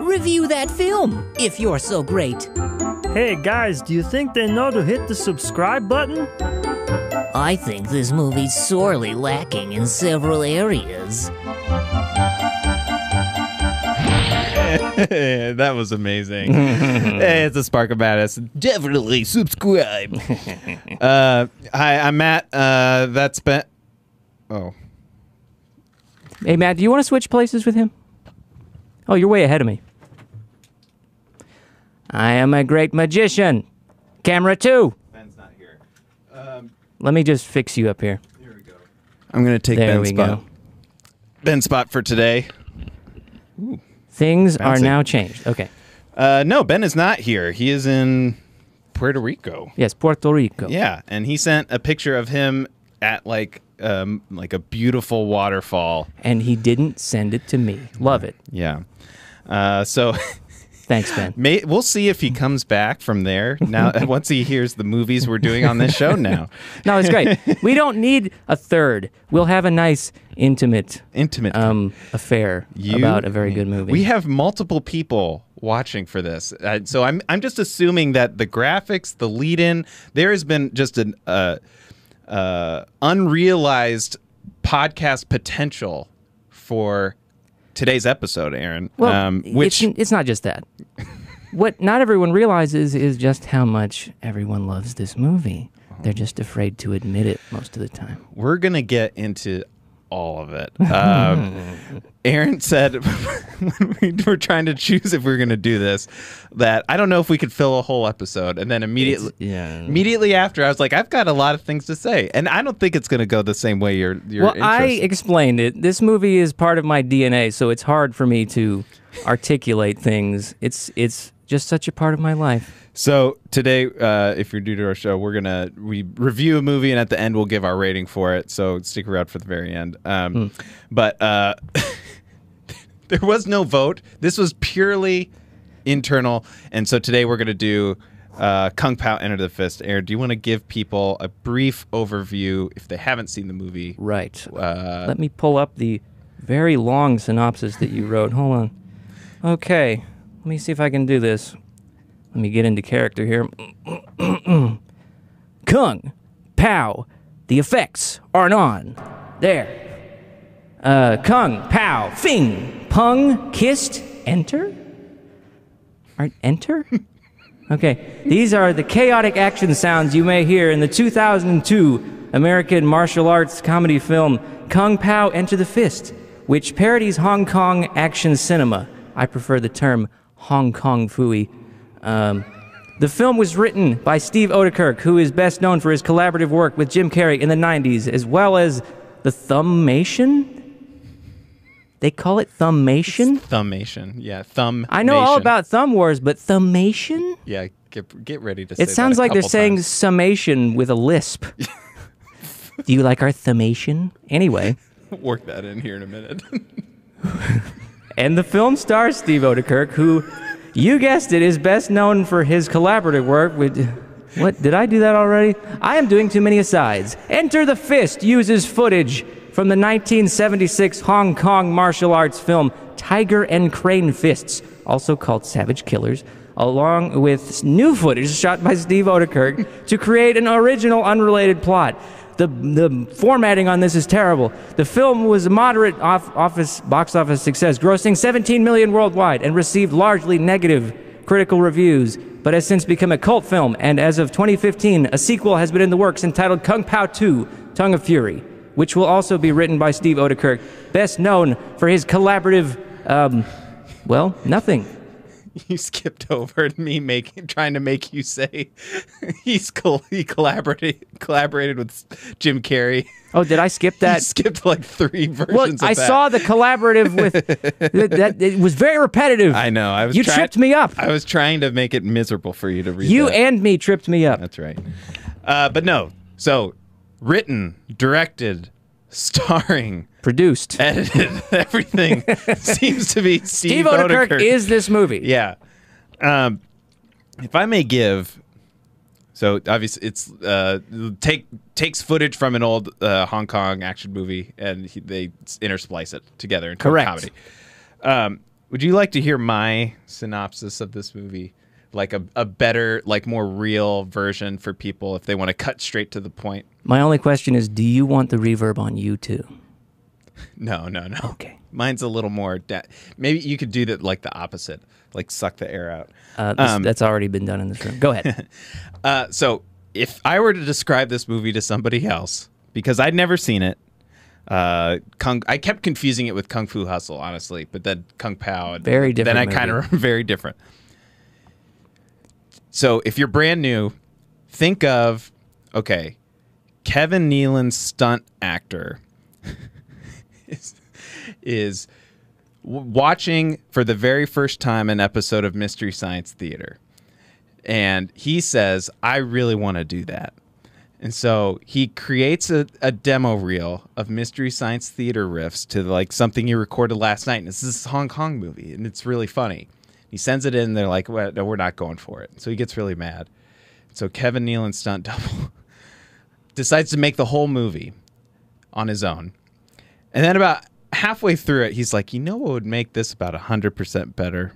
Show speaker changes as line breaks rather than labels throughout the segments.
review that film if you're so great.
Hey guys, do you think they know to hit the subscribe button?
I think this movie's sorely lacking in several areas.
that was amazing. hey, it's a spark of badass. Definitely subscribe. uh, hi, I'm Matt. Uh, that's Ben. Oh,
Hey, Matt, do you want to switch places with him? Oh, you're way ahead of me. I am a great magician. Camera two.
Ben's not here.
Let me just fix you up here.
Here we go. I'm gonna take
There
Ben's
we
spot.
go.
Ben's spot for today.
Things
Bouncy.
are now changed. Okay.
Uh, no, Ben is not here. He is in Puerto Rico.
Yes, Puerto Rico.
Yeah, and he sent a picture of him at like um, like a beautiful waterfall.
And he didn't send it to me. Love it.
Yeah. Uh, so
Thanks, Ben.
May, we'll see if he comes back from there now. once he hears the movies we're doing on this show now,
No, it's great. we don't need a third. We'll have a nice, intimate
intimate
um, affair
You-
about a very good movie.
We have multiple people watching for this, uh, so I'm I'm just assuming that the graphics, the lead-in, there has been just an uh, uh, unrealized podcast potential for today's episode, Aaron. um,
Well,
which
it's, it's not just that. what not everyone realizes is just how much everyone loves this movie. They're just afraid to admit it most of the time.
we're gonna get into all of it. Um, Aaron said when we were trying to choose if we were gonna do this that I don't know if we could fill a whole episode, and then immediately
yeah.
immediately after I was like, I've got a lot of things to say, and I don't think it's gonna go the same way. Your your
Well, I
interest-
explained it. This movie is part of my DNA, so it's hard for me to articulate things. It's it's just such a part of my life.
So today, uh, if you're new to our show, we're gonna we review a movie, and at the end, we'll give our rating for it. So stick around for the very end. Um,
Hmm.
But uh, there was no vote. This was purely internal, and so today we're gonna do uh, Kung Pao Enter the Fist. Aaron, do you want to give people a brief overview if they haven't seen the movie?
Right.
Uh,
Let me pull up the very long synopsis that you wrote. Hold on. Okay. Let me see if I can do this. Let me get into character here. Kung, pow. The effects aren't on. There. Uh, Kung, pow, fing, pung, kissed, enter? Aren't enter? Okay, these are the chaotic action sounds you may hear in the 2002 American martial arts comedy film Kung Pao Enter the Fist, which parodies Hong Kong action cinema. I prefer the term Hong Kong fooey. Um, the film was written by Steve Odekirk, who is best known for his collaborative work with Jim Carrey in the 90s, as well as the Thumbmation? They call it Thumbmation?
Thumbation, yeah, thumb.
I know all about Thumb Wars, but Thumbmation?
Yeah, get get ready to. say
It
that
sounds
a
like they're
couple
saying
times.
summation with a lisp. Do you like our thumbation? Anyway,
work that in here in a minute.
and the film stars Steve Odekirk, who, you guessed it, is best known for his collaborative work with. What did I do that already? I am doing too many asides. Enter the Fist uses footage from the 1976 Hong Kong martial arts film Tiger and Crane Fists, also called Savage Killers, along with new footage shot by Steve Odekirk to create an original, unrelated plot. The, the formatting on this is terrible. The film was a moderate off office box office success, grossing 17 million worldwide and received largely negative critical reviews, but has since become a cult film. And as of 2015, a sequel has been in the works entitled Kung Pao 2: Tongue of Fury, which will also be written by Steve Odekirk, best known for his collaborative, um, well, nothing.
you skipped over to me making trying to make you say he's col- he collaborated collaborated with Jim Carrey.
Oh, did I skip
That
that?
skipped like three versions.
Well,
of
I
that.
saw the collaborative with that, that. It was very repetitive.
I know. I was.
You
try-
tripped me up.
I was trying to make it miserable for you to read.
You
that.
and me tripped me up.
That's right. Uh, but no. So, written, directed, starring,
Produced.
edited, everything seems to be Steve,
Steve Odekirk is this movie.
Yeah. Um, if I may give, so obviously it's uh, take takes footage from an old uh, Hong Kong action movie, and he, they s- intersplice it together into a
Correct.
comedy. Um, Would you like to hear my synopsis of this movie? Like a, a better, like more real version for people if they want to cut straight to the point?
My only question is, do you want the reverb on you too?
No, no, no.
Okay.
Mine's a little more. Da- Maybe you could do that like the opposite, like suck the air out.
Uh, this- that's already been done in this room. Go ahead.
Uh, so if I were to describe this movie to somebody else, because I'd never seen it, uh, Kung, I kept confusing it with Kung Fu Hustle, honestly, but then Kung Pao. And,
Very different
Then I kind of
movie.
very different. So if you're brand new, think of okay, Kevin Nealon's stunt actor is, is w- watching for the very first time an episode of Mystery Science Theater and he says, I really want to do that. And so he creates a, a demo reel of Mystery Science Theater riffs to like something he recorded last night. And it's this Hong Kong movie, and it's really funny. He sends it in, and they're like, well, no, we're not going for it. So he gets really mad. So Kevin Nealon stunt double decides to make the whole movie on his own. And then about halfway through it, he's like, you know what would make this about 100% better?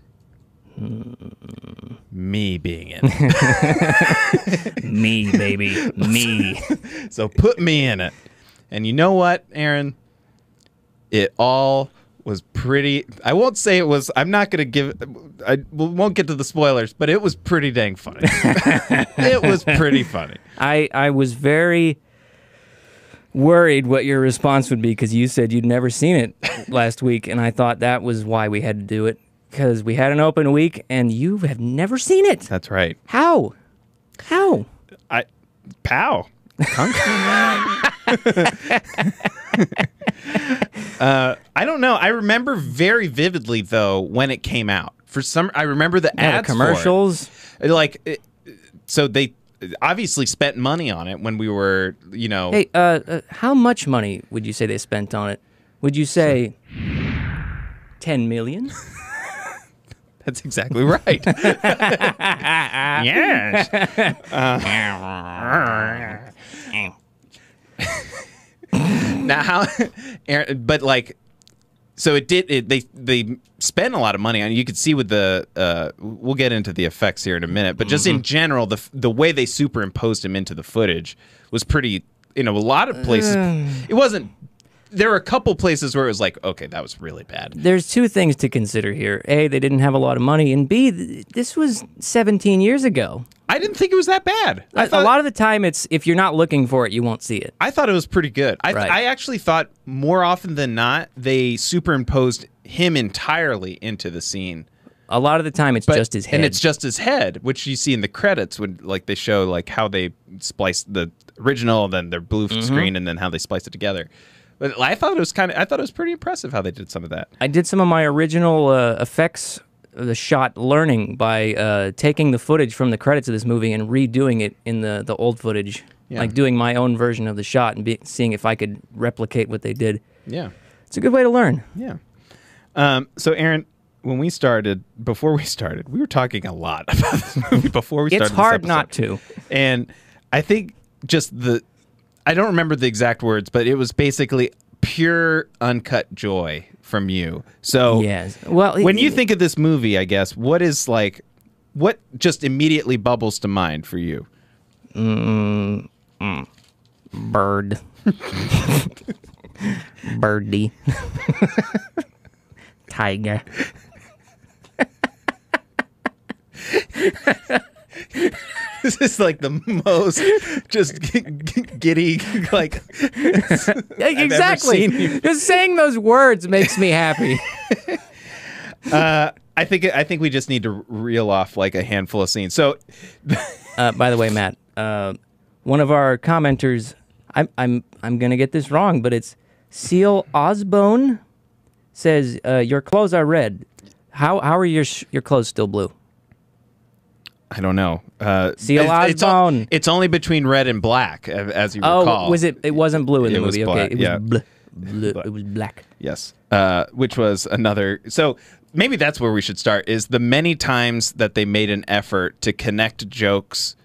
Me being in it.
Me, baby. Me.
So put me in it. And you know what, Aaron? It all was pretty. I won't say it was. I'm not going to give. I we won't get to the spoilers, but it was pretty dang funny. it was pretty funny.
I, I was very worried what your response would be because you said you'd never seen it last week, and I thought that was why we had to do it because we had an open week and you have never seen it.
That's right.
How? How?
I, pow. Punk. uh, I don't know. I remember very vividly though when it came out. For some, I remember the
Yeah, the
ads for it.
commercials.
like it, so they obviously spent money on it when we were you know
Hey, uh, uh, how much money would you say they spent on it? Would you say 10 million?
that's exactly right yes Uh, now how Aaron- but like so it did it, they they spent a lot of money on it. you could see with the uh we'll get into the effects here in a minute but just in
Mm-hmm.
general the f- the way they superimposed him into the footage was pretty you know a lot of places
Uh.
it wasn't there were a couple places where it was like okay that was really bad
There's two things to consider here. A, they didn't have a lot of money, and B, th- this was 17 years ago.
i didn't think it was that bad I
A- a lot of the time, it's if you're not looking for it, you won't see it.
I thought it was pretty good. I,
Right.
I actually thought more often than not they superimposed him entirely into the scene.
A lot of the time, it's
But-
just his head.
and it's just his head, which you see in the credits when like they show like how they spliced the original, then their blue
Mm-hmm.
screen, and then how they spliced it together. But I thought it was kind of I thought it was pretty impressive how they did some of that.
I did some of my original uh, effects, uh, the shot learning by uh, taking the footage from the credits of this movie and redoing it in the, the old footage,
Yeah.
like doing my own version of the shot and be, seeing if I could replicate what they did.
Yeah.
It's a good way to learn.
Yeah. Um, so Aaron, when we started, before we started, we were talking a lot about this movie before we started.
It's
this
hard
episode.
not to.
And I think just the I don't remember the exact words, but it was basically pure uncut joy from you. So
Yes. Well,
when you
it-
think of this movie, I guess, what is like what just immediately bubbles to mind for you?
bird, birdie, tiger.
This is like the most just g- g- giddy like
Yeah,
never
exactly.
seen you-
Just saying those words makes me happy.
I think I think we just need to reel off like a handful of scenes. So
Uh, by the way, Matt, uh, one of our commenters, I'm I'm I'm gonna get this wrong, but it's Seal Osbone says uh, your clothes are red. How how are your sh- your clothes still blue?
I don't know. Uh,
Seal
it's, it's, o-
Osborne.
it's only between red and black, a- as you
Oh,
recall.
was it? It wasn't blue in the
It was
movie.
black,
okay, it was
yeah.
bl- bl- It was black.
Yes. Uh, which was another. So maybe that's where we should start is the many times that they made an effort to connect jokes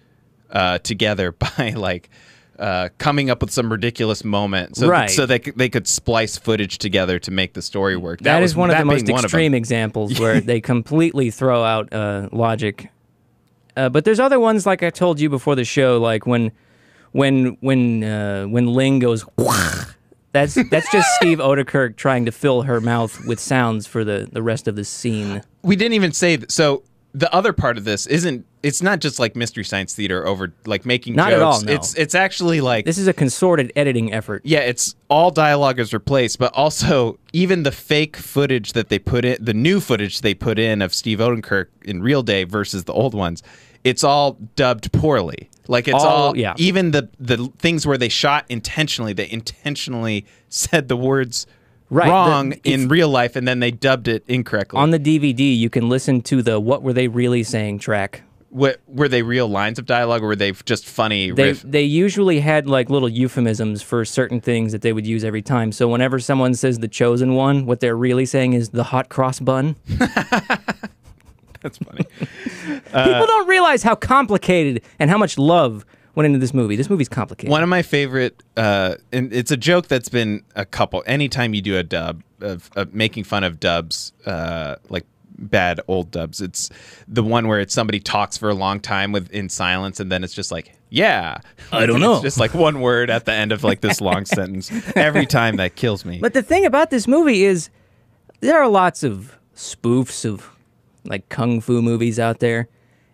uh, together by like uh, coming up with some ridiculous moment, so
Right.
so they c- they could splice footage together to make the story work. That,
that
was,
is one of
that
the most
being one of 'em.
extreme examples where they completely throw out uh, logic. Uh, but there's other ones like I told you before the show, like when when when uh, when Ling goes. That's that's just Steve Odekirk trying to fill her mouth with sounds for the, the rest of the scene.
we didn't even say th- so the other part of this isn't it's not just like mystery science theater over like making
Not at
jokes
all, no.
it's it's actually like
This is a consorted editing effort.
yeah it's all dialogue is replaced but also even the fake footage that they put in the new footage they put in of steve odenkirk in real day versus the old ones it's all dubbed poorly like it's
All-
all,
yeah.
even the the things where they shot intentionally they intentionally said the words
Right, the-
wrong in
it's-
real life and then they dubbed it incorrectly
On the DVD, you can listen to the "What Were They Really Saying" track.
What, were they real lines of dialogue, or were they just funny?
they
riff?
they usually had like little euphemisms for certain things that they would use every time. So whenever someone says the chosen one, what they're really saying is the hot cross bun.
That's funny.
People don't realize how complicated and how much love went into this movie. This movie's complicated.
One of my favorite, uh, and it's a joke that's been a couple. Anytime you do a dub of, of making fun of dubs, uh, like bad old dubs, it's the one where it's somebody talks for a long time with in silence, and then it's just like, yeah,
I don't
It's
know.
just like one word at the end of like this long sentence. Every time that kills me.
But the thing about this movie is there are lots of spoofs of like kung fu movies out there.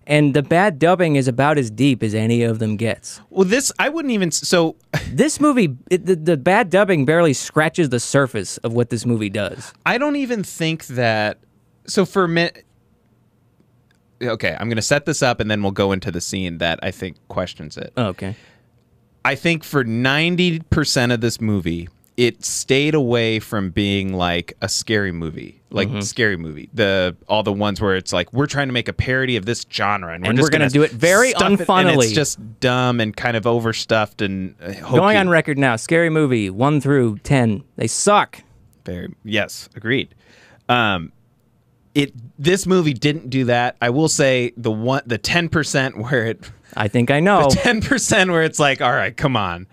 And the bad dubbing is about as deep as any of them gets.
well, this I wouldn't even. s- So
This movie, it, the, the bad dubbing barely scratches the surface of what this movie does.
I don't even think that. So for me, okay, I'm going to set this up, and then we'll go into the scene that I think questions it.
Okay.
I think for 90% of this movie, it stayed away from being like a scary movie, like
Mm-hmm.
scary movie. The all the ones where it's like we're trying to make a parody of this genre, and we're
And
just
we're gonna
gonna
do it very
stuff it, and
unfunnily.
it's just dumb and kind of overstuffed and uh,
Going
hokey.
on record now, scary movie one through ten. They suck.
Very yes, agreed. Um, it this movie didn't do that. I will say the one the ten percent where it
I think I know.
ten percent where it's like all right, come on,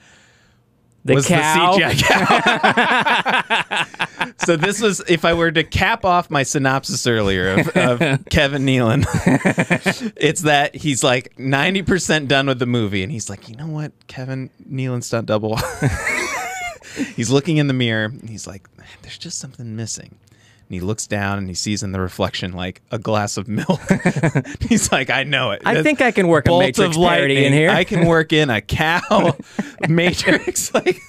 The
was
cow.
the CGI cow. so this was if I were to cap off my synopsis earlier of, of Kevin Nealon, it's that he's like ninety percent done with the movie, and he's like, you know what, Kevin Nealon stunt double. he's looking in the mirror, and he's like, there's just something missing. And he looks down and he sees in the reflection like a glass of milk. he's like, I know it.
I
That's-
think I can work a
bolt
Matrix
of lightning
parody in here.
I can work in a cow matrix like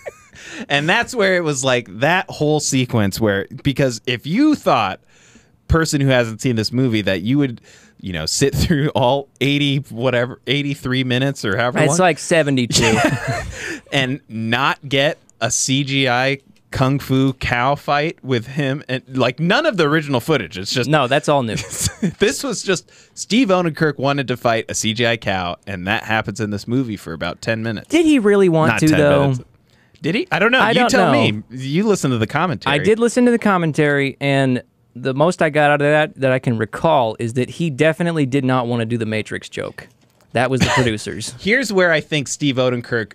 and that's where it was like that whole sequence where because if you thought person who hasn't seen this movie that you would you know sit through all 80 whatever 83 minutes or however
it's
long
like seventy-two.
and not get a CGI kung fu cow fight with him and like none of the original footage it's just
no, that's all new.
this was just Steve Odenkirk wanted to fight a CGI cow, and that happens in this movie for about ten minutes.
Did he really want
Not
to
ten
though?
minutes. Did he? I don't know.
I
you
don't
tell
know.
me. You listen to the commentary.
I did listen to the commentary, and the most I got out of that that I can recall is that he definitely did not want to do the Matrix joke. That was the producers.
Here's where I think Steve Odenkirk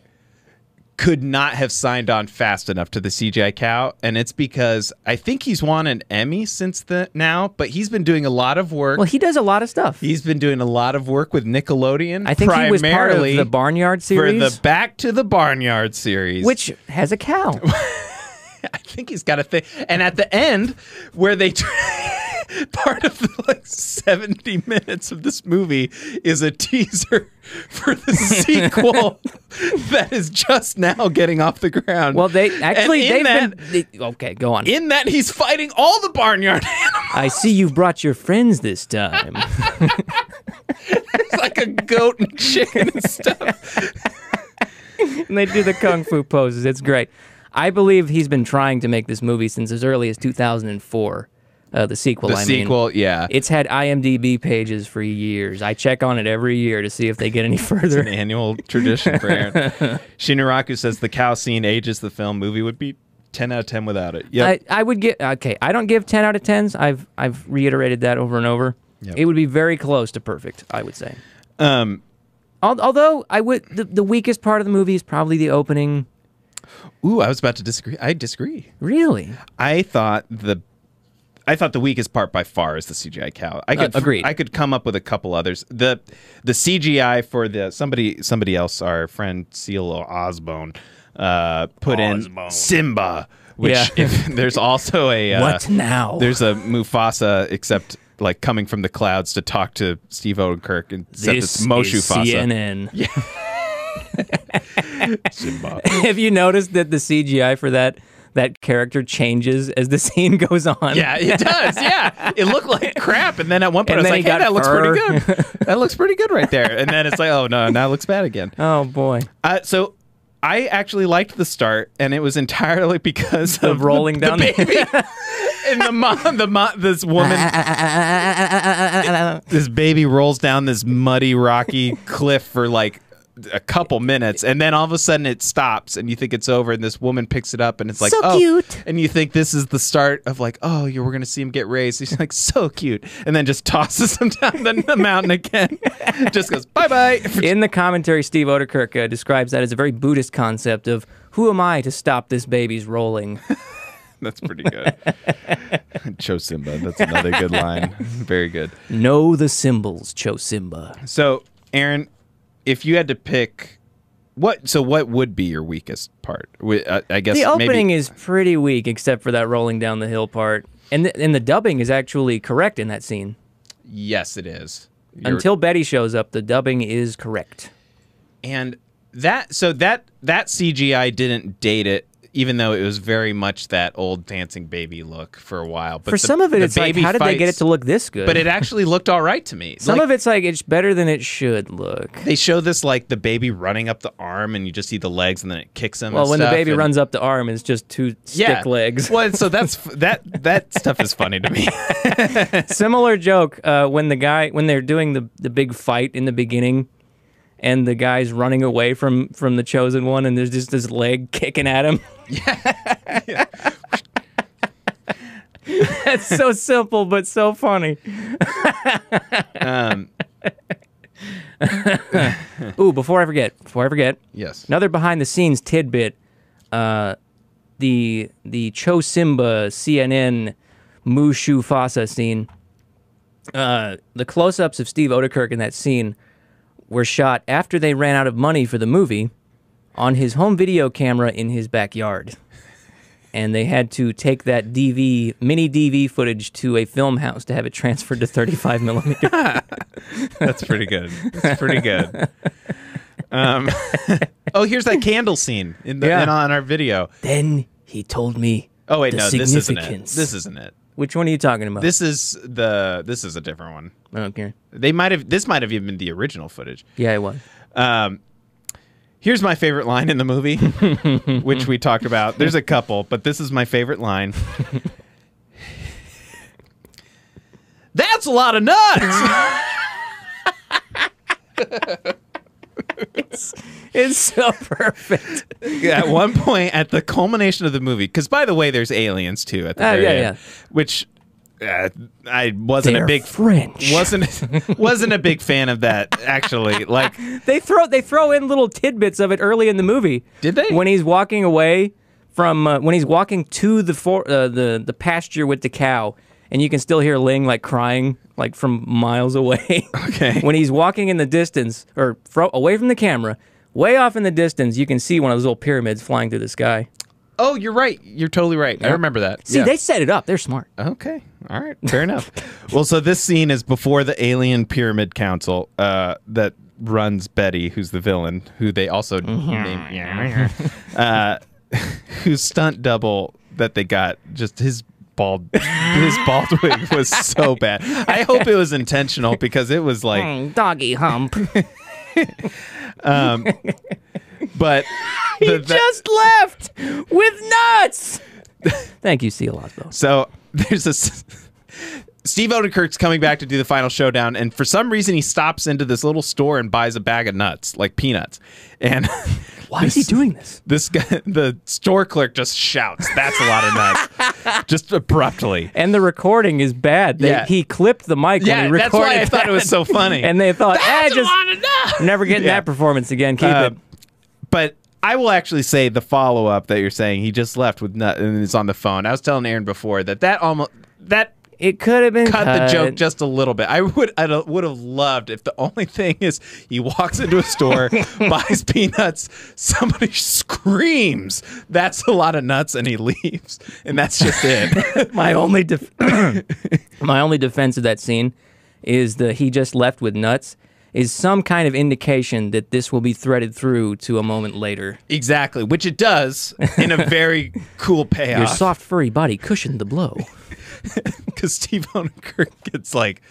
could not have signed on fast enough to the CGI cow, and it's because I think he's won an Emmy since the now, but he's been doing a lot of work.
Well, he does a lot of stuff.
He's been doing a lot of work with Nickelodeon.
I think he was part of
primarily
the Barnyard
for
series,
the Back to the Barnyard series,
which has a cow.
I think he's got a thing. And at the end, where they tr part of the like seventy minutes of this movie is a teaser for the sequel that is just now getting off the ground.
Well, they
And
actually
in
they've
that,
been. they- okay, go on.
in that he's fighting all the barnyard animals.
I see you've brought your friends this time.
It's like a goat and chicken and stuff.
and they do the kung fu poses. It's great. I believe he's been trying to make this movie since as early as 2004. Uh, the sequel,
The
I mean.
sequel, yeah.
It's had IMDb pages for years. I check on it every year to see if they get any further.
Annual tradition for Aaron. Shinaraku says the cow scene ages the film. Movie would be ten out of ten without it. Yep.
I, I would get okay. I don't give 10 out of 10s. I've I've Um, reiterated that over and over. It would be very close to perfect. I would say. Al- Although I would, the, the weakest part of the movie is probably the opening.
Ooh, I was about to disagree. I disagree.
Really?
I thought the I thought the weakest part by far is the CGI cow. I could
agreed.
I could come up with a couple others. The the CGI for the somebody somebody else, our friend Seal Osbone, uh, put in Simba, which
Yeah.
if, there's also a uh,
What now?
There's a Mufasa except like coming from the clouds to talk to Steve Odenkirk and set this Moshu Fasa.
CNN. Have you noticed that the CGI for that that character changes as the scene goes on?
Yeah, it does. Yeah, it looked like crap, and then at one point
And
I
then
was like,
he
"Hey,
got
that looks pretty
fur.
good. That looks pretty good right there." And then it's like, "Oh no, now it looks bad again."
Oh boy.
Uh, so I actually liked the start, and it was entirely because
The
of
rolling
the,
down
the
the-
baby and the mom. The mom, this woman, this baby rolls down this muddy, rocky cliff for like a couple minutes and then all of a sudden it stops and you think it's over and this woman picks it up and it's like
So
oh
cute.
and you think this is the start of like oh you we're gonna see him get raised he's like so cute and then just tosses him down the, the mountain again just goes bye-bye
In the commentary, Steve Odekirk uh, describes that as a very Buddhist concept of who am I to stop this baby's rolling?
That's pretty good. Cho Simba. That's another good line. Very good.
know the symbols, Cho Simba.
So, Aaron, if you had to pick what, so what would be your weakest part? We- I, I guess
The opening
maybe,
is pretty weak, except for that rolling down the hill part, and th- and the dubbing is actually correct in that scene.
yes, it is. You're-
Until Betty shows up, the dubbing is correct.
and that so that that CGI didn't date it. Even though it was very much that old dancing baby look for a while, but
For
the-
some of it,
the
it's like,
baby
how did they get it
fights-
to look this good?
But it actually looked all right to me.
some
Like,
of it's like it's better than it should look.
they show this like the baby running up the arm, and you just see the legs, and then it kicks him.
Well,
and
when the
stuff,
baby
and-
runs up the arm, it's just two stick legs.
Well, so that's that that stuff is funny to me.
Similar joke uh, when the guy when they're doing the the big fight in the beginning, and the guy's running away from from the chosen one, and there's just this leg kicking at him. That's so simple but so funny.
Um,
Ooh, before I forget, before I forget,
yes.
Another behind the scenes tidbit: uh, the the Cho Simba CNN Mushu Fasa scene. Uh, the close-ups of Steve Odekirk in that scene were shot after they ran out of money for the movie on his home video camera in his backyard. And they had to take that DV, mini DV footage to a film house to have it transferred to 35 millimeter.
That's pretty good. That's pretty good. Um, oh, here's that candle scene in the
Yeah.
in, on our video.
then he told me.
Oh wait,
the
no, this isn't it.
significance.
This isn't it.
Which one are you talking about? Oh,
This is the this is a different one.
I don't care.
They might have this might have even been the original footage.
Yeah, it was.
Um, here's my favorite line in the movie, which we talked about. There's a couple, but this is my favorite line. That's a lot of nuts.
It's so perfect.
at one point, at the culmination of the movie, because by the way, there's aliens too at the
Oh,
very
yeah,
end, which uh, I wasn't a big
French.
wasn't wasn't a big fan of that actually. Like,
they throw they throw in little tidbits of it early in the movie.
Did they?
When he's walking away from uh, when he's walking to the for, uh, the the pasture with the cow, and you can still hear Ling like crying like from miles away.
Okay.
when he's walking in the distance or fro- away from the camera, way off in the distance, you can see one of those little pyramids flying through the sky.
oh, you're right. You're totally right. I remember that.
See,
Yeah.
they set it up. They're smart.
Okay. All right. Fair enough. Well, so this scene is before the alien pyramid council uh, that runs Betty, who's the villain, who they also named, uh, whose stunt double that they got just his bald his bald wig was so bad. I hope it was intentional because it was like
Mm, Doggy hump.
but the- the-
just left with nuts. Thank you, Seal Osbo.
So there's this. Steve Odenkirk's coming back to do the final showdown, and for some reason he stops into this little store and buys a bag of nuts, like peanuts, and
Why is he doing this?
This guy, the store clerk, just shouts, "That's a lot of nuts!" just abruptly.
And the recording is bad. They,
Yeah.
He clipped the mic when
Yeah,
he
that's
recorded
why I thought it was
that.
so funny.
And they thought,
That's
eh,
a
just
lot of nuts!"
never getting
Yeah.
that performance again. Keep
Uh,
it.
but I will actually say the follow up that you're saying he just left with nut and it's on the phone. I was telling Aaron before that that almost that
It could have been
cut
cut,
the joke just a little bit. I would I would have loved if the only thing is he walks into a store, buys peanuts, somebody screams, "That's a lot of nuts," and he leaves, and that's just it.
my only def- my only defense of that scene is the he just left with nuts is some kind of indication that this will be threaded through to a moment later.
exactly, which it does in a very cool
Your
payoff
soft furry body cushioned the blow.
because Steve Odenkirk gets like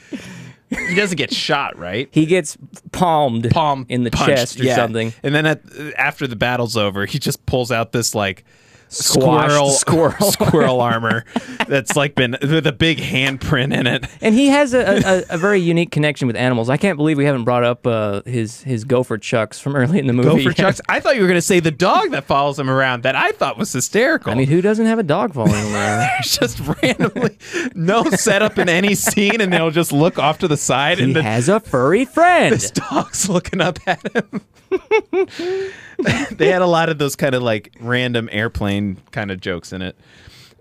he doesn't get shot, right?
He gets palmed,
palm
in the
punched,
chest or
yeah.
something.
And then at, after the battle's over, he just pulls out this like
Squashed
squirrel
squirrel.
squirrel armor that's like been with a big handprint in it.
And he has a, a, a- a very unique connection with animals. I can't believe we haven't brought up uh, his his gopher chucks from early in the movie.
Gopher Chucks. I thought you were going to say the dog that follows him around that I thought was hysterical.
I mean, who doesn't have a dog following around?
just randomly, no setup in any scene, and they'll just look off to the side,
He
and the
has a furry friend.
this dog's looking up at him. they had a lot of those kind of like random airplane kind of jokes in it.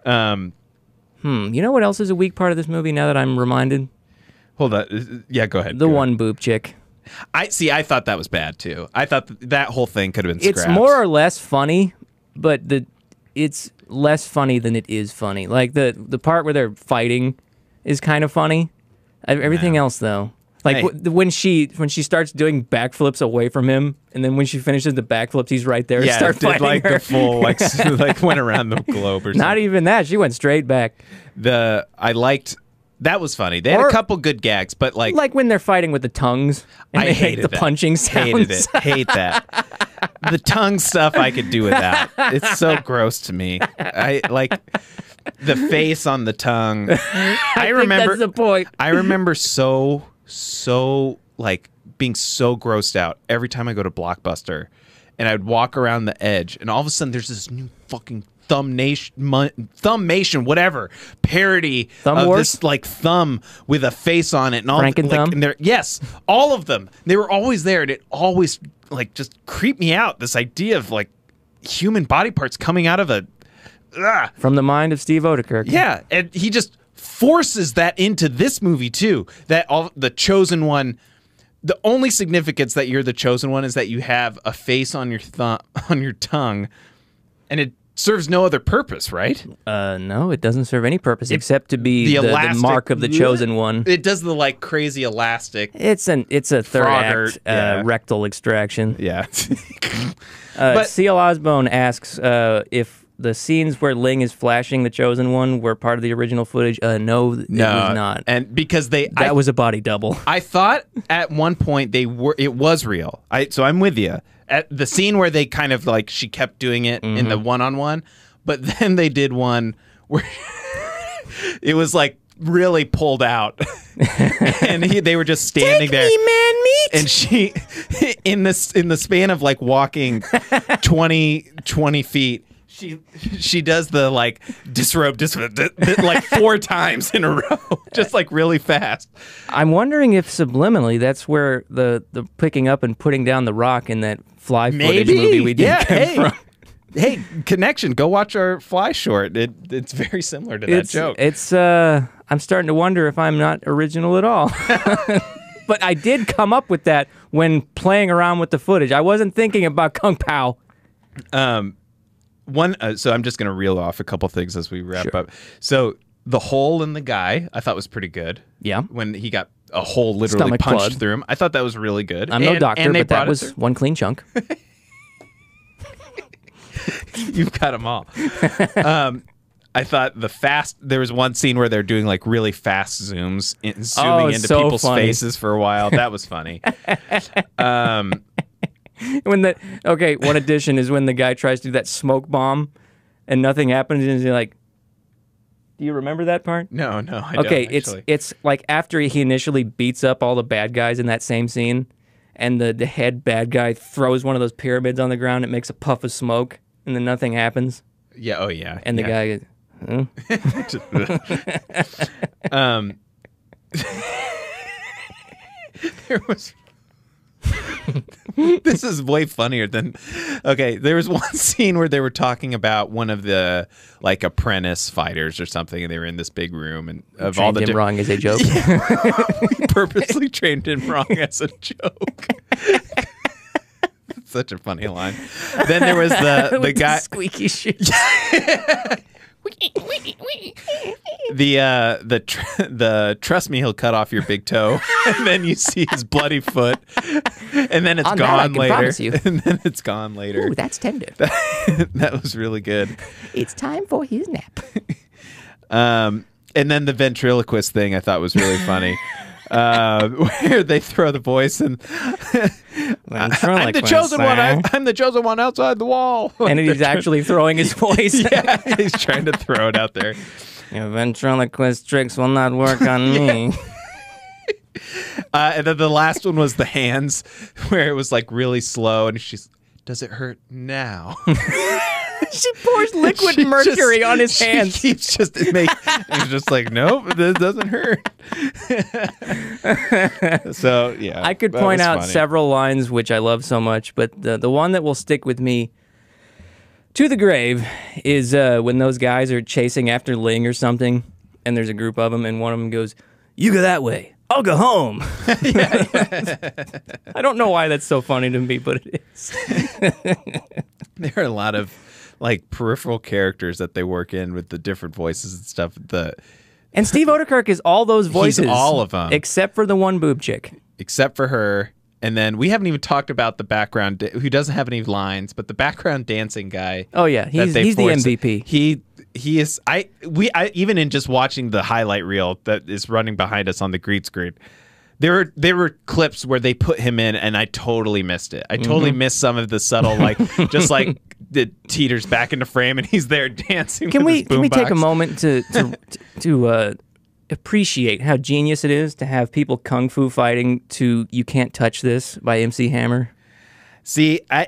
Um,
Hmm, you know what else is a weak part of this movie? Now that I'm reminded,
Hold on. Yeah, go ahead.
the
Go
one boob chick.
ahead. I see. I thought that was bad too. I thought th- that whole thing could have been.
It's
scrapped.
more or less funny, but the it's less funny than it is funny. Like the the part where they're fighting is kind of funny. Ev- Everything else though. Like
Hey.
w- the- when she when she starts doing backflips away from him, and then when she finishes the backflips, he's right there. to
Yeah,
start
it did
fighting
like
her.
the full like s- like went around the globe or something.
Not even that. She went straight back.
the I liked that was funny. They had
Or-
a couple good gags, but like,
Like when they're fighting with the tongues. And
I
they make
hated
the
that.
punching sounds.
hated it. Hate that. the tongue stuff I could do without. It's so gross to me. I like the face on the tongue. I, remember
That's the point.
I remember so so like being so grossed out every time I go to Blockbuster, and I'd walk around the edge, and all of a sudden there's this new fucking thumb nation, mon- thumbnation, whatever parody
Thumb
of
Wars?
this like thumb with a face on it, and all
Franken
like,
thumb?
and they're yes, all of them. They were always there, and it always like just creeped me out. This idea of like human body parts coming out of a ugh.
From the mind of Steve Odekirk.
Yeah, and he just forces that into this movie too. That all the chosen one. The only significance that you're the chosen one is that you have a face on your thumb on your tongue, and it serves no other purpose, right?
Uh, no, it doesn't serve any purpose except to be the, the
elastic-
mark of the chosen one.
It does the like crazy elastic.
It's an it's a third
Frogger,
act
yeah.
uh, rectal extraction.
Yeah,
Uh,
but-
CL Osbone asks uh, if the scenes where Ling is flashing the chosen one were part of the original footage. Uh, no, th- it was not.
And because they,
that
I,
was a body double.
I thought at one point they were it was real. I so I'm with you. At the scene where they kind of like she kept doing it in the one on one, but then they did one where it was like really pulled out, and he, they were just standing there.
man meat.
and she in this in the span of like walking 20 20 feet she she does the like disrobe disrobe di- di- like four times in a row just like really fast
I'm wondering if subliminally that's where the the picking up and putting down the rock in that fly footage movie we did
yeah,
come
hey.
from.
Hey, connection. Go watch our fly short. It, it's very similar to that
it's,
joke.
It's uh I'm starting to wonder if I'm not original at all. but I did come up with that when playing around with the footage. I wasn't thinking about Kung Pao.
One. Uh, so I'm just gonna reel off a couple things as we wrap up. So the hole in the guy, I thought was pretty good.
Yeah.
When he got a hole literally
Stomach
punched
plug.
through him, I thought that was really good.
I'm no
And-
doctor,
and they
but that
brought it
was one clean chunk.
You've got them all. um, I thought the fast. There was one scene where they're doing like really fast zooms, in, zooming
Oh,
into
so
people's
funny.
faces for a while. That was funny.
when the okay, one addition is when the guy tries to do that smoke bomb and nothing happens and he's like Do you remember that part?
No, no. I
Okay,
don't,
it's
actually.
it's like after he initially beats up all the bad guys in that same scene, and the, the head bad guy throws one of those pyramids on the ground. It makes a puff of smoke, and then nothing happens.
Yeah. Oh yeah.
And the
yeah.
guy, huh?
Um, there was. this is way funnier than. Okay, there was one scene where they were talking about one of the like apprentice fighters or something, and they were in this big room and of all
trained
the
him
di-
wrong is a joke.
we purposely trained him wrong as a joke. Such a funny line. Then there was the the
With
guy
squeaky shoe.
the uh the tr- the trust me he'll cut off your big toe and then you see his bloody foot and then it's
On that I
gone
can promise
later
you.
and then it's gone later
Ooh, that's tender.
that was really good
It's time for his nap.
um and then the ventriloquist thing i thought was really funny uh where they throw the voice and
I'm,
i'm the chosen one I, i'm the chosen one outside the wall
and he's actually throwing his voice.
yeah he's trying to throw it out there
Your ventriloquist tricks will not work on me.
Uh, and then the last one was the hands, where it was like really slow, and she's, "Does it hurt now?"
she pours liquid
She
mercury
just-
on his
she
hands.
keeps just it make, it's just like, "Nope, this doesn't hurt." so yeah,
I could
that
point
was
out
funny.
several lines which I love so much, but the, the one that will stick with me to the grave is uh, when those guys are chasing after Ling or something, and there's a group of them, and one of them goes, You go that way. I'll go home. I don't know why that's so funny to me, but it is.
There are a lot of like peripheral characters that they work in with the different voices and stuff. The
And Steve Odekirk is all those voices.
all of 'em.
Except for the one boob chick.
except for her. And then we haven't even talked about the background da- who doesn't have any lines, but the background dancing guy.
Oh, yeah.
that
He's,
they
he's the
force-
MVP.
He he is I we I even in just watching the highlight reel that is running behind us on the green screen. There were there were clips where they put him in and I totally missed it.
Mm-hmm.
I totally missed some of the subtle like just like the teeters back into frame and he's there dancing.
can
with
we
his
can we take a
boombox.
moment to to to uh, appreciate how genius it is to have people kung fu fighting to "You Can't Touch This" by MC Hammer?
See, I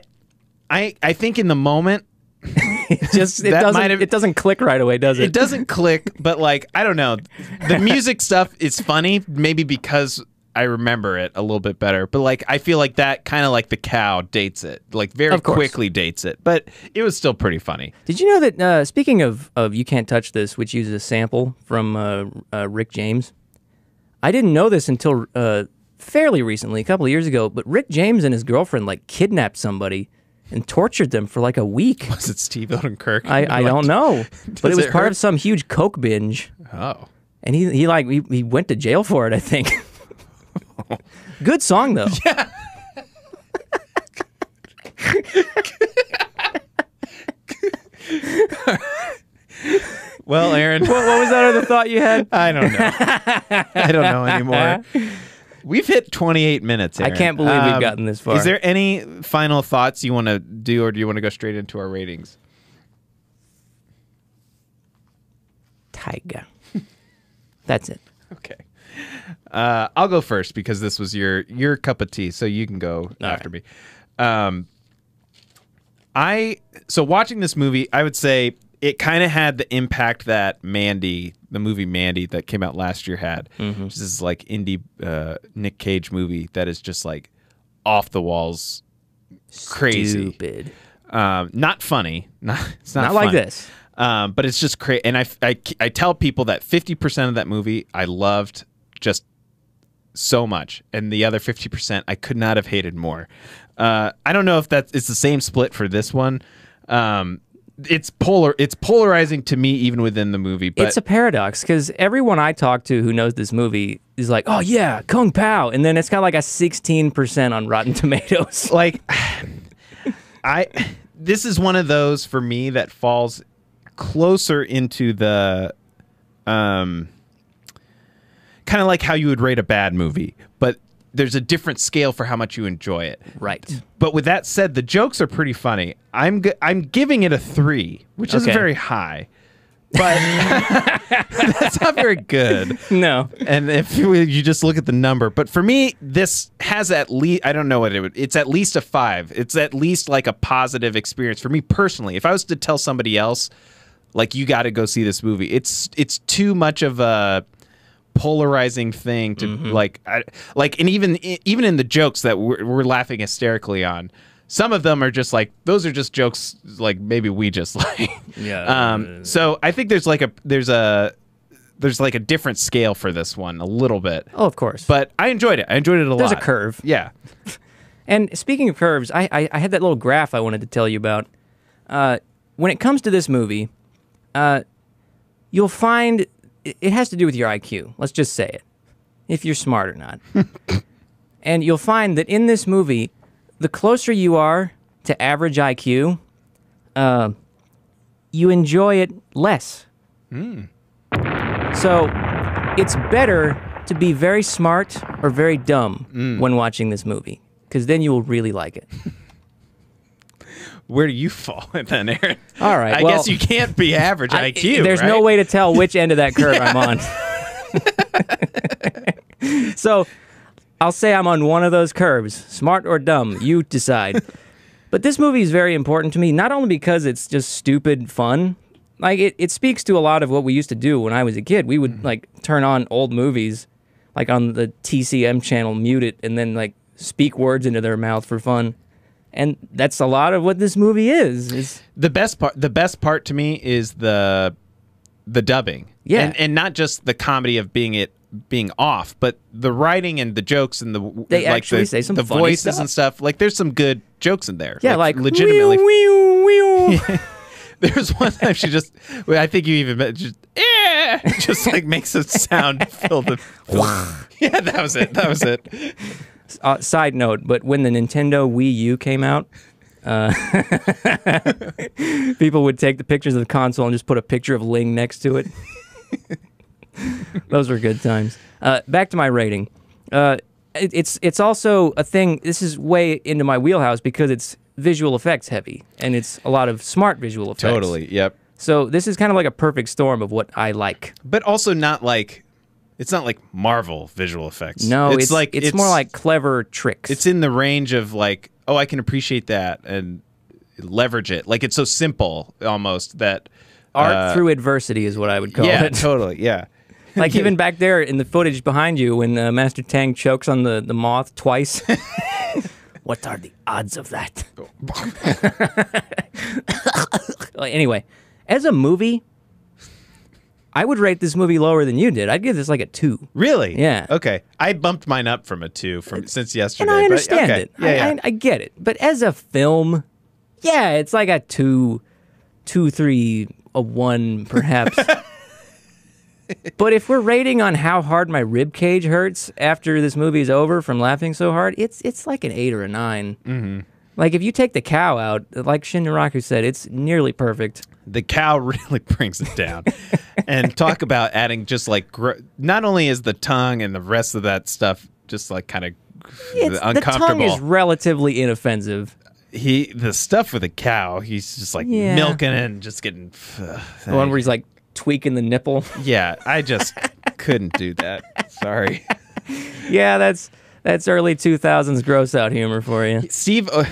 I I think in the moment
It just it
That
doesn't
might have-
it doesn't click right away, does
it
it?
doesn't click, but like I don't know. The music stuff is funny, maybe because I remember it a little bit better. But like I feel like that kind of like the cow dates it, like very
Of course.
quickly dates it. But it was still pretty funny.
Did you know that? Uh, speaking of of "You Can't Touch This," which uses a sample from uh, uh, Rick James, I didn't know this until uh, fairly recently, a couple of years ago. But Rick James and his girlfriend like kidnapped somebody and tortured them for like a week.
Was it Steve Odenkirk?
I, I don't know, but
Does
it was
it
part
hurt?
of some huge coke binge.
Oh,
and he he like he, he went to jail for it. I think. Good song though.
well, Aaron,
What, what was that other thought you had?
I don't know. I don't know anymore. We've hit 28 minutes. Aaron. Um,
can't believe we've gotten this far.
Is there any final thoughts you want to do, or do you want to go straight into our ratings?
Tiger. That's it.
Okay. Uh, I'll go first because this was your your cup of tea, so you can go after me. Um, I so watching this movie, I would say it kind of had the impact that Mandy, the movie Mandy that came out last year, had.
Mm-hmm.
This is like indie uh, Nick Cage movie that is just like off the walls, crazy,
Stupid.
um, not funny. Not it's not,
Not like
funny.
this.
Um, but it's just crazy. And I, I, I tell people that 50% of that movie I loved just so much. And the other 50% I could not have hated more. Uh, I don't know if that's it's the same split for this one. Um, it's polar. It's polarizing to me even within the movie. But
it's a paradox because everyone I talk to who knows this movie is like, "Oh yeah, Kung Pao," and then it's got like a sixteen percent on Rotten Tomatoes.
like I this is one of those for me that falls closer into the um kind of like how you would rate a bad movie, but there's a different scale for how much you enjoy it.
right.
But with that said, the jokes are pretty funny. I'm g- I'm giving it a 3, which is
Okay.
very high. but that's not very good.
No.
And if you, you just look at the number, but for me, this has at least, I don't know what it would, it's at least a five. It's at least like a positive experience for me personally. If I was to tell somebody else, like, you got to go see this movie, it's, it's too much of a polarizing thing to like, I, like, and even, e, even in the jokes that we're, we're laughing hysterically on, some of them are just like, those are just jokes, like, maybe we just like.
Yeah.
Um, so I think there's like a, there's a, there's like a different scale for this one a little bit.
oh, of course.
But I enjoyed it. I enjoyed it a lot.
There's a curve.
Yeah.
And speaking of curves, I, I, I had that little graph I wanted to tell you about. Uh, when it comes to this movie, uh, you'll find it, it has to do with your IQ. Let's just say it, if you're smart or not. and you'll find that in this movie, the closer you are to average IQ, uh, you enjoy it less. So it's better to be very smart or very dumb when watching this movie because then you will really like it.
Where do you fall then, Aaron?
All right,
I
well-
guess you can't be average
I-
IQ.
There's no
right?
way to tell which end of that curve I'm on. so I'll say I'm on one of those curves, smart or dumb, you decide. but this movie is very important to me, not only because it's just stupid fun. Like it, it speaks to a lot of what we used to do when I was a kid. We
Mm-hmm.
would like turn on old movies, like on the TCM channel, mute it, and then like speak words into their mouth for fun. And that's a lot of what this movie is. It's,
The best part. The best part to me is the the dubbing.
Yeah.
And, and not just the comedy of being it being off, but the writing and the jokes and the
They
like
actually
the,
say some
the
funny
voices
stuff.
and stuff. Like there's some good jokes in there.
yeah, like,
legitimately.
"Wee-oo, wee-oo, wee-oo."
There's one time she just, well, I think you even met, just, eh, just like makes a sound fill the. yeah, that was it. That was it.
uh, side note, but when the Nintendo Wii U came out, uh, people would take the pictures of the console and just put a picture of Ling next to it. Those were good times. Uh, back to my rating. Uh, it, it's it's also a thing. This is way into my wheelhouse because it's visual effects heavy and it's a lot of smart visual effects.
Totally. Yep.
So this is kind of like a perfect storm of what I like.
But also not like, it's not like Marvel visual effects.
No, it's, like it's, more like clever tricks.
it's in the range of like, oh, I can appreciate that and leverage it. Like it's so simple almost that
art
uh,
through adversity is what I would call
Yeah,
it.
totally. Yeah.
Like even back there in the footage behind you, when uh, Master Tang chokes on the, the moth twice. what are the odds of that? Like, anyway, as a movie, I would rate this movie lower than you did. I'd give this like a two.
Really?
Yeah.
Okay. I bumped mine up from a two from since yesterday.
And I
but
understand
okay.
it.
Yeah,
I,
yeah.
I, I get it. But as a film, yeah, it's like a two, two, three, a one, perhaps. but if we're rating on how hard my rib cage hurts after this movie's over from laughing so hard, it's it's like an eight or a 9 Mm-hmm. Like if you take the cow out, like Shin Naraku said, it's nearly perfect.
the cow really brings it down and talk about adding just like gr- not only is the tongue and the rest of that stuff just like kind of
It's, the tongue
uncomfortable
is relatively inoffensive.
he the stuff with the cow he's just like
Yeah.
milking it and just getting ugh,
The one where he's like tweaking the nipple.
yeah i just couldn't do that sorry
yeah, that's that's early two thousands gross out humor for you.
steve uh,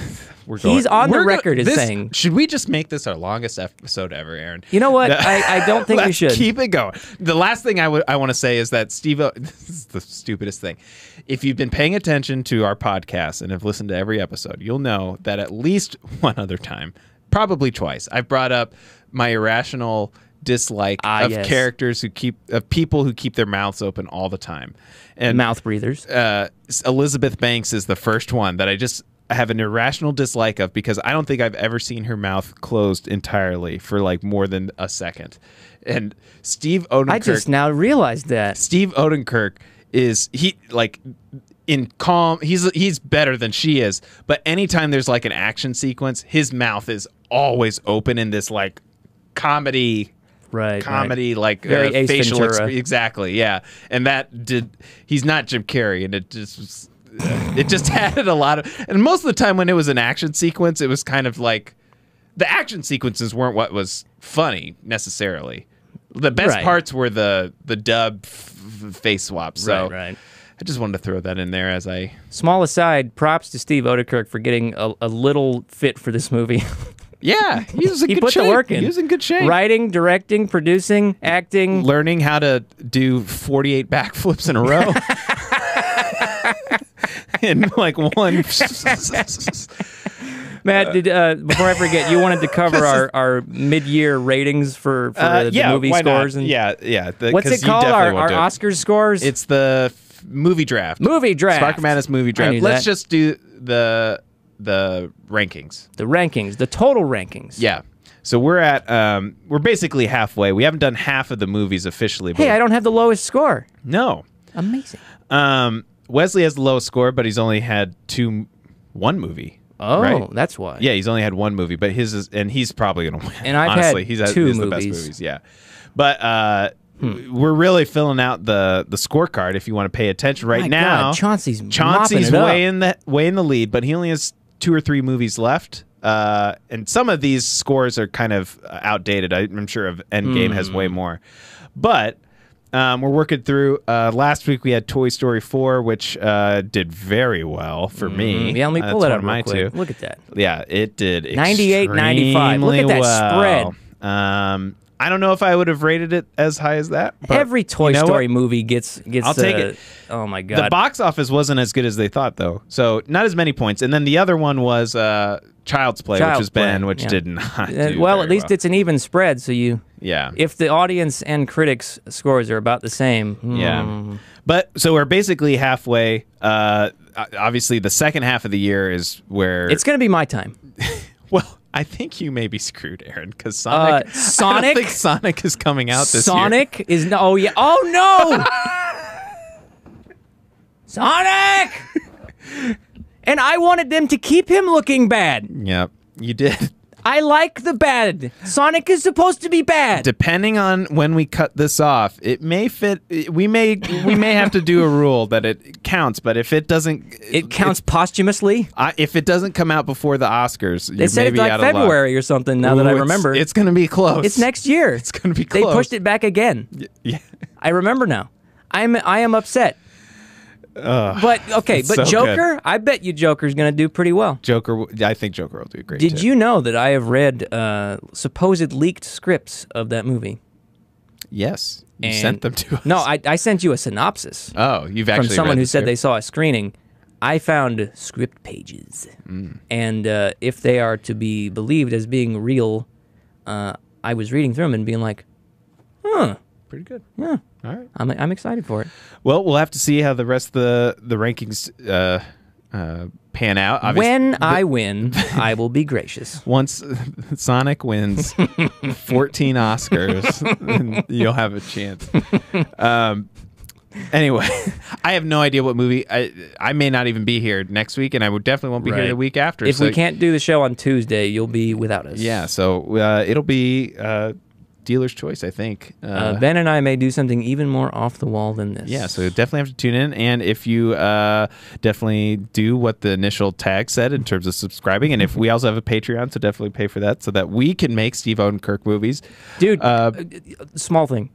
we're
He's
going-
on the
we're go-
record as
this-
saying-
should we just make this our longest episode ever aaron
You know what? I, I don't think we
Let's
should.
keep it going. The last thing I would I want to say is that Steve. This is the stupidest thing. If you've been paying attention to our podcast and have listened to every episode, you'll know that at least one other time, probably twice, I've brought up my irrational dislike
Ah,
of
yes.
characters who keep of people who keep their mouths open all the time, and
Mouth breathers.
uh, Elizabeth Banks is the first one that I just have an irrational dislike of because I don't think I've ever seen her mouth closed entirely for like more than a second. And Steve Odenkirk,
I just now realized that.
Steve Odenkirk is he like in calm? He's he's better than she is, but anytime there's like an action sequence, his mouth is always open in this like comedy
Right.
comedy like
Very
uh,
Ace
facial
Ventura.
exp- exactly yeah and that did he's not jim carrey and it just was, uh, it just added a lot of and most of the time when it was an action sequence it was kind of like the action sequences weren't what was funny necessarily The best
Right.
parts were the the dub f- f- face swap. So
Right, right.
I just wanted to throw that in there as I
Small aside, props to Steve Odekirk for getting a, a little fit for this movie.
yeah he was in
he
good
put
shape.
the work in.
He was in good shape.
Writing, directing, producing, acting.
learning how to do 48 backflips in a row in like one
Matt, did, uh, before I forget, you wanted to cover our, our mid year ratings for, for
Uh,
the, movie
why not?
scores and
yeah yeah the-
what's
'cause
it
you
called?
definitely
Our,
won't
our
do it.
Oscars scores.
it's the f- movie draft
movie draft.
Sparker Madness movie draft
knew
let's
that.
just do the the rankings
the rankings, the total rankings.
yeah so we're at um we're basically halfway we haven't done half of the movies officially but
Hey, I don't have the lowest score.
no
Amazing.
um Wesley has the lowest score but he's only had two one movie
Oh,
right?
that's why.
Yeah, he's only had one movie, but his is, and he's probably gonna win.
And I've had
honestly, he's had
two
he's the best
movies. Hmm.
movies. Yeah, but uh, we're really filling out the the scorecard if you want to pay attention right
My
now.
God, Chauncey's
Chauncey's
mopping it up.
way in the way in the lead, but he only has two or three movies left. Uh, and some of these scores are kind of uh, outdated. I, I'm sure of Endgame has
Hmm.
way more, but. Um, we're working through. Uh, last week we had Toy Story 4, which uh, did very well for me.
Mm-hmm. Yeah, let me
Uh,
pull
that's
it
one
up
of
real
my
quick.
two.
Look at that.
Yeah, it did.
98, 95. Look at
extremely
that
well. Um, I don't know if I would have rated it as high as that. But
Every Toy
you know
Story
what?
movie gets gets.
I'll take
uh,
it.
Oh my God.
The box office wasn't as good as they thought, though. So not as many points. And then the other one was uh, Child's Play, which
Child's
was Ben,
Play,
which
yeah.
did not.
Uh,
do
well,
very
at least it's an even spread, so you.
yeah.
If the audience and critics scores are about the same, hmm,
Yeah. But so we're basically halfway. Uh, o- obviously, the second half of the year is where
it's going to be my time.
Well, I think you may be screwed, Aaron, because Sonic.
Uh,
I don't
Sonic?
think Sonic is coming out this year.
Sonic is no. Oh yeah. Oh no. Sonic. And I wanted them to keep him looking bad.
Yep, you did.
I like the bad. Sonic is supposed to be bad.
Depending on when we cut this off, it may fit. We may we may have to do a rule that it counts, but if it doesn't,
It counts posthumously.
I, if it doesn't come out before the Oscars,
They
you may
said it's
be
like
out of luck.
February or something. Now that
Ooh,
I
it's-
remember,
it's, going to be close.
It's next year. It's
gonna be
They
close.
pushed it back again.
Yeah.
I remember now. I'm I am upset. but okay,
it's
so
but
good.
Joker, I bet you Joker's going to do pretty well.
Joker. w- I think Joker will do great.
Did
too.
you know that I have read uh, supposed leaked scripts of that movie?
Yes, you
And-
sent them to us.
No, I, I sent you a synopsis
Oh, you've
from
actually
someone
read
who
the
said they
script.
saw a screening. I found script pages,
Mm.
and uh, if they are to be believed as being real, uh, I was reading through them and being like, "Huh,
pretty good.
yeah,
All right.
I'm I'm excited for it."
Well, we'll have to see how the rest of the the rankings uh, uh, pan out. Obviously,
when I win, I will be gracious.
once Sonic wins 14 Oscars, then you'll have a chance. Um, anyway, I have no idea what movie. I I may not even be here next week, and I would definitely won't be here
Right.
the week after.
If
so-
we can't do the show on Tuesday, you'll be without us.
yeah. So uh, it'll be uh, dealer's choice, I think. Uh,
Uh, ben and I may do something even more off the wall than this.
yeah, so definitely have to tune in, and if you uh, definitely do what the initial tag said in terms of subscribing, and if we also have a Patreon, so definitely pay for that, so that we can make Steve Odenkirk movies.
dude,
Uh,
small thing.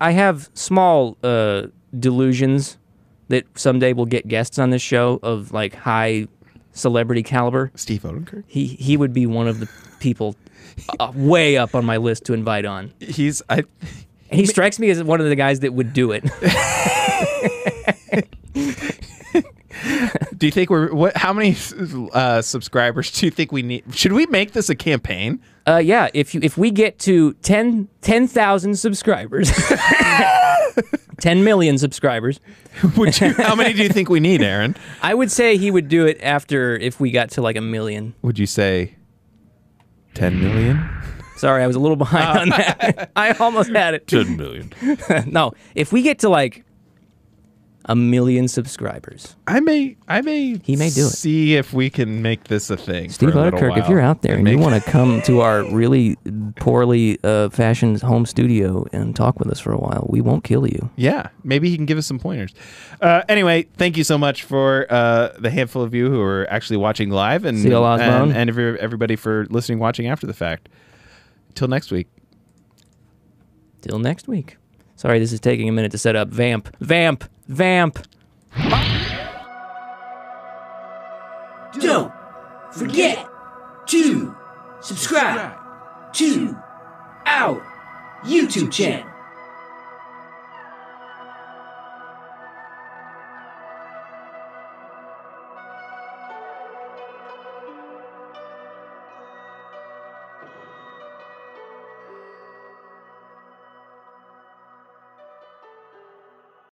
I have small uh, delusions that someday we'll get guests on this show of like high celebrity caliber.
Steve Odenkirk.
He he would be one of the people uh, way up on my list to invite on.
He's I.
And he strikes me as one of the guys that would do it.
Do you think we're what? How many uh, subscribers do you think we need? Should we make this a campaign?
Uh, yeah, if you if we get to 10 10,000 subscribers, 10 million subscribers,
Would you? How many do you think we need, Aaron?
I would say he would do it after if we got to like a million.
Would you say ten million?
Sorry, I was a little behind on that. I almost had it.
Ten million.
No, if we get to like a million subscribers,
I may. I may.
He may do it.
See if we can make this a thing.
Steve
for a little
Odekirk, if
while.
you're out there and you
Make-
want to come to our really poorly uh, fashioned home studio and talk with us for a while, we won't kill you.
Yeah, maybe he can give us some pointers. Uh, anyway, thank you so much for uh, the handful of you who are actually watching live, and
See you, Osborne.
and, and every- everybody for listening, watching after the fact. Till next week.
Till next week. Sorry, this is taking a minute to set up. Vamp, vamp, vamp.
Don't forget to subscribe to our YouTube channel.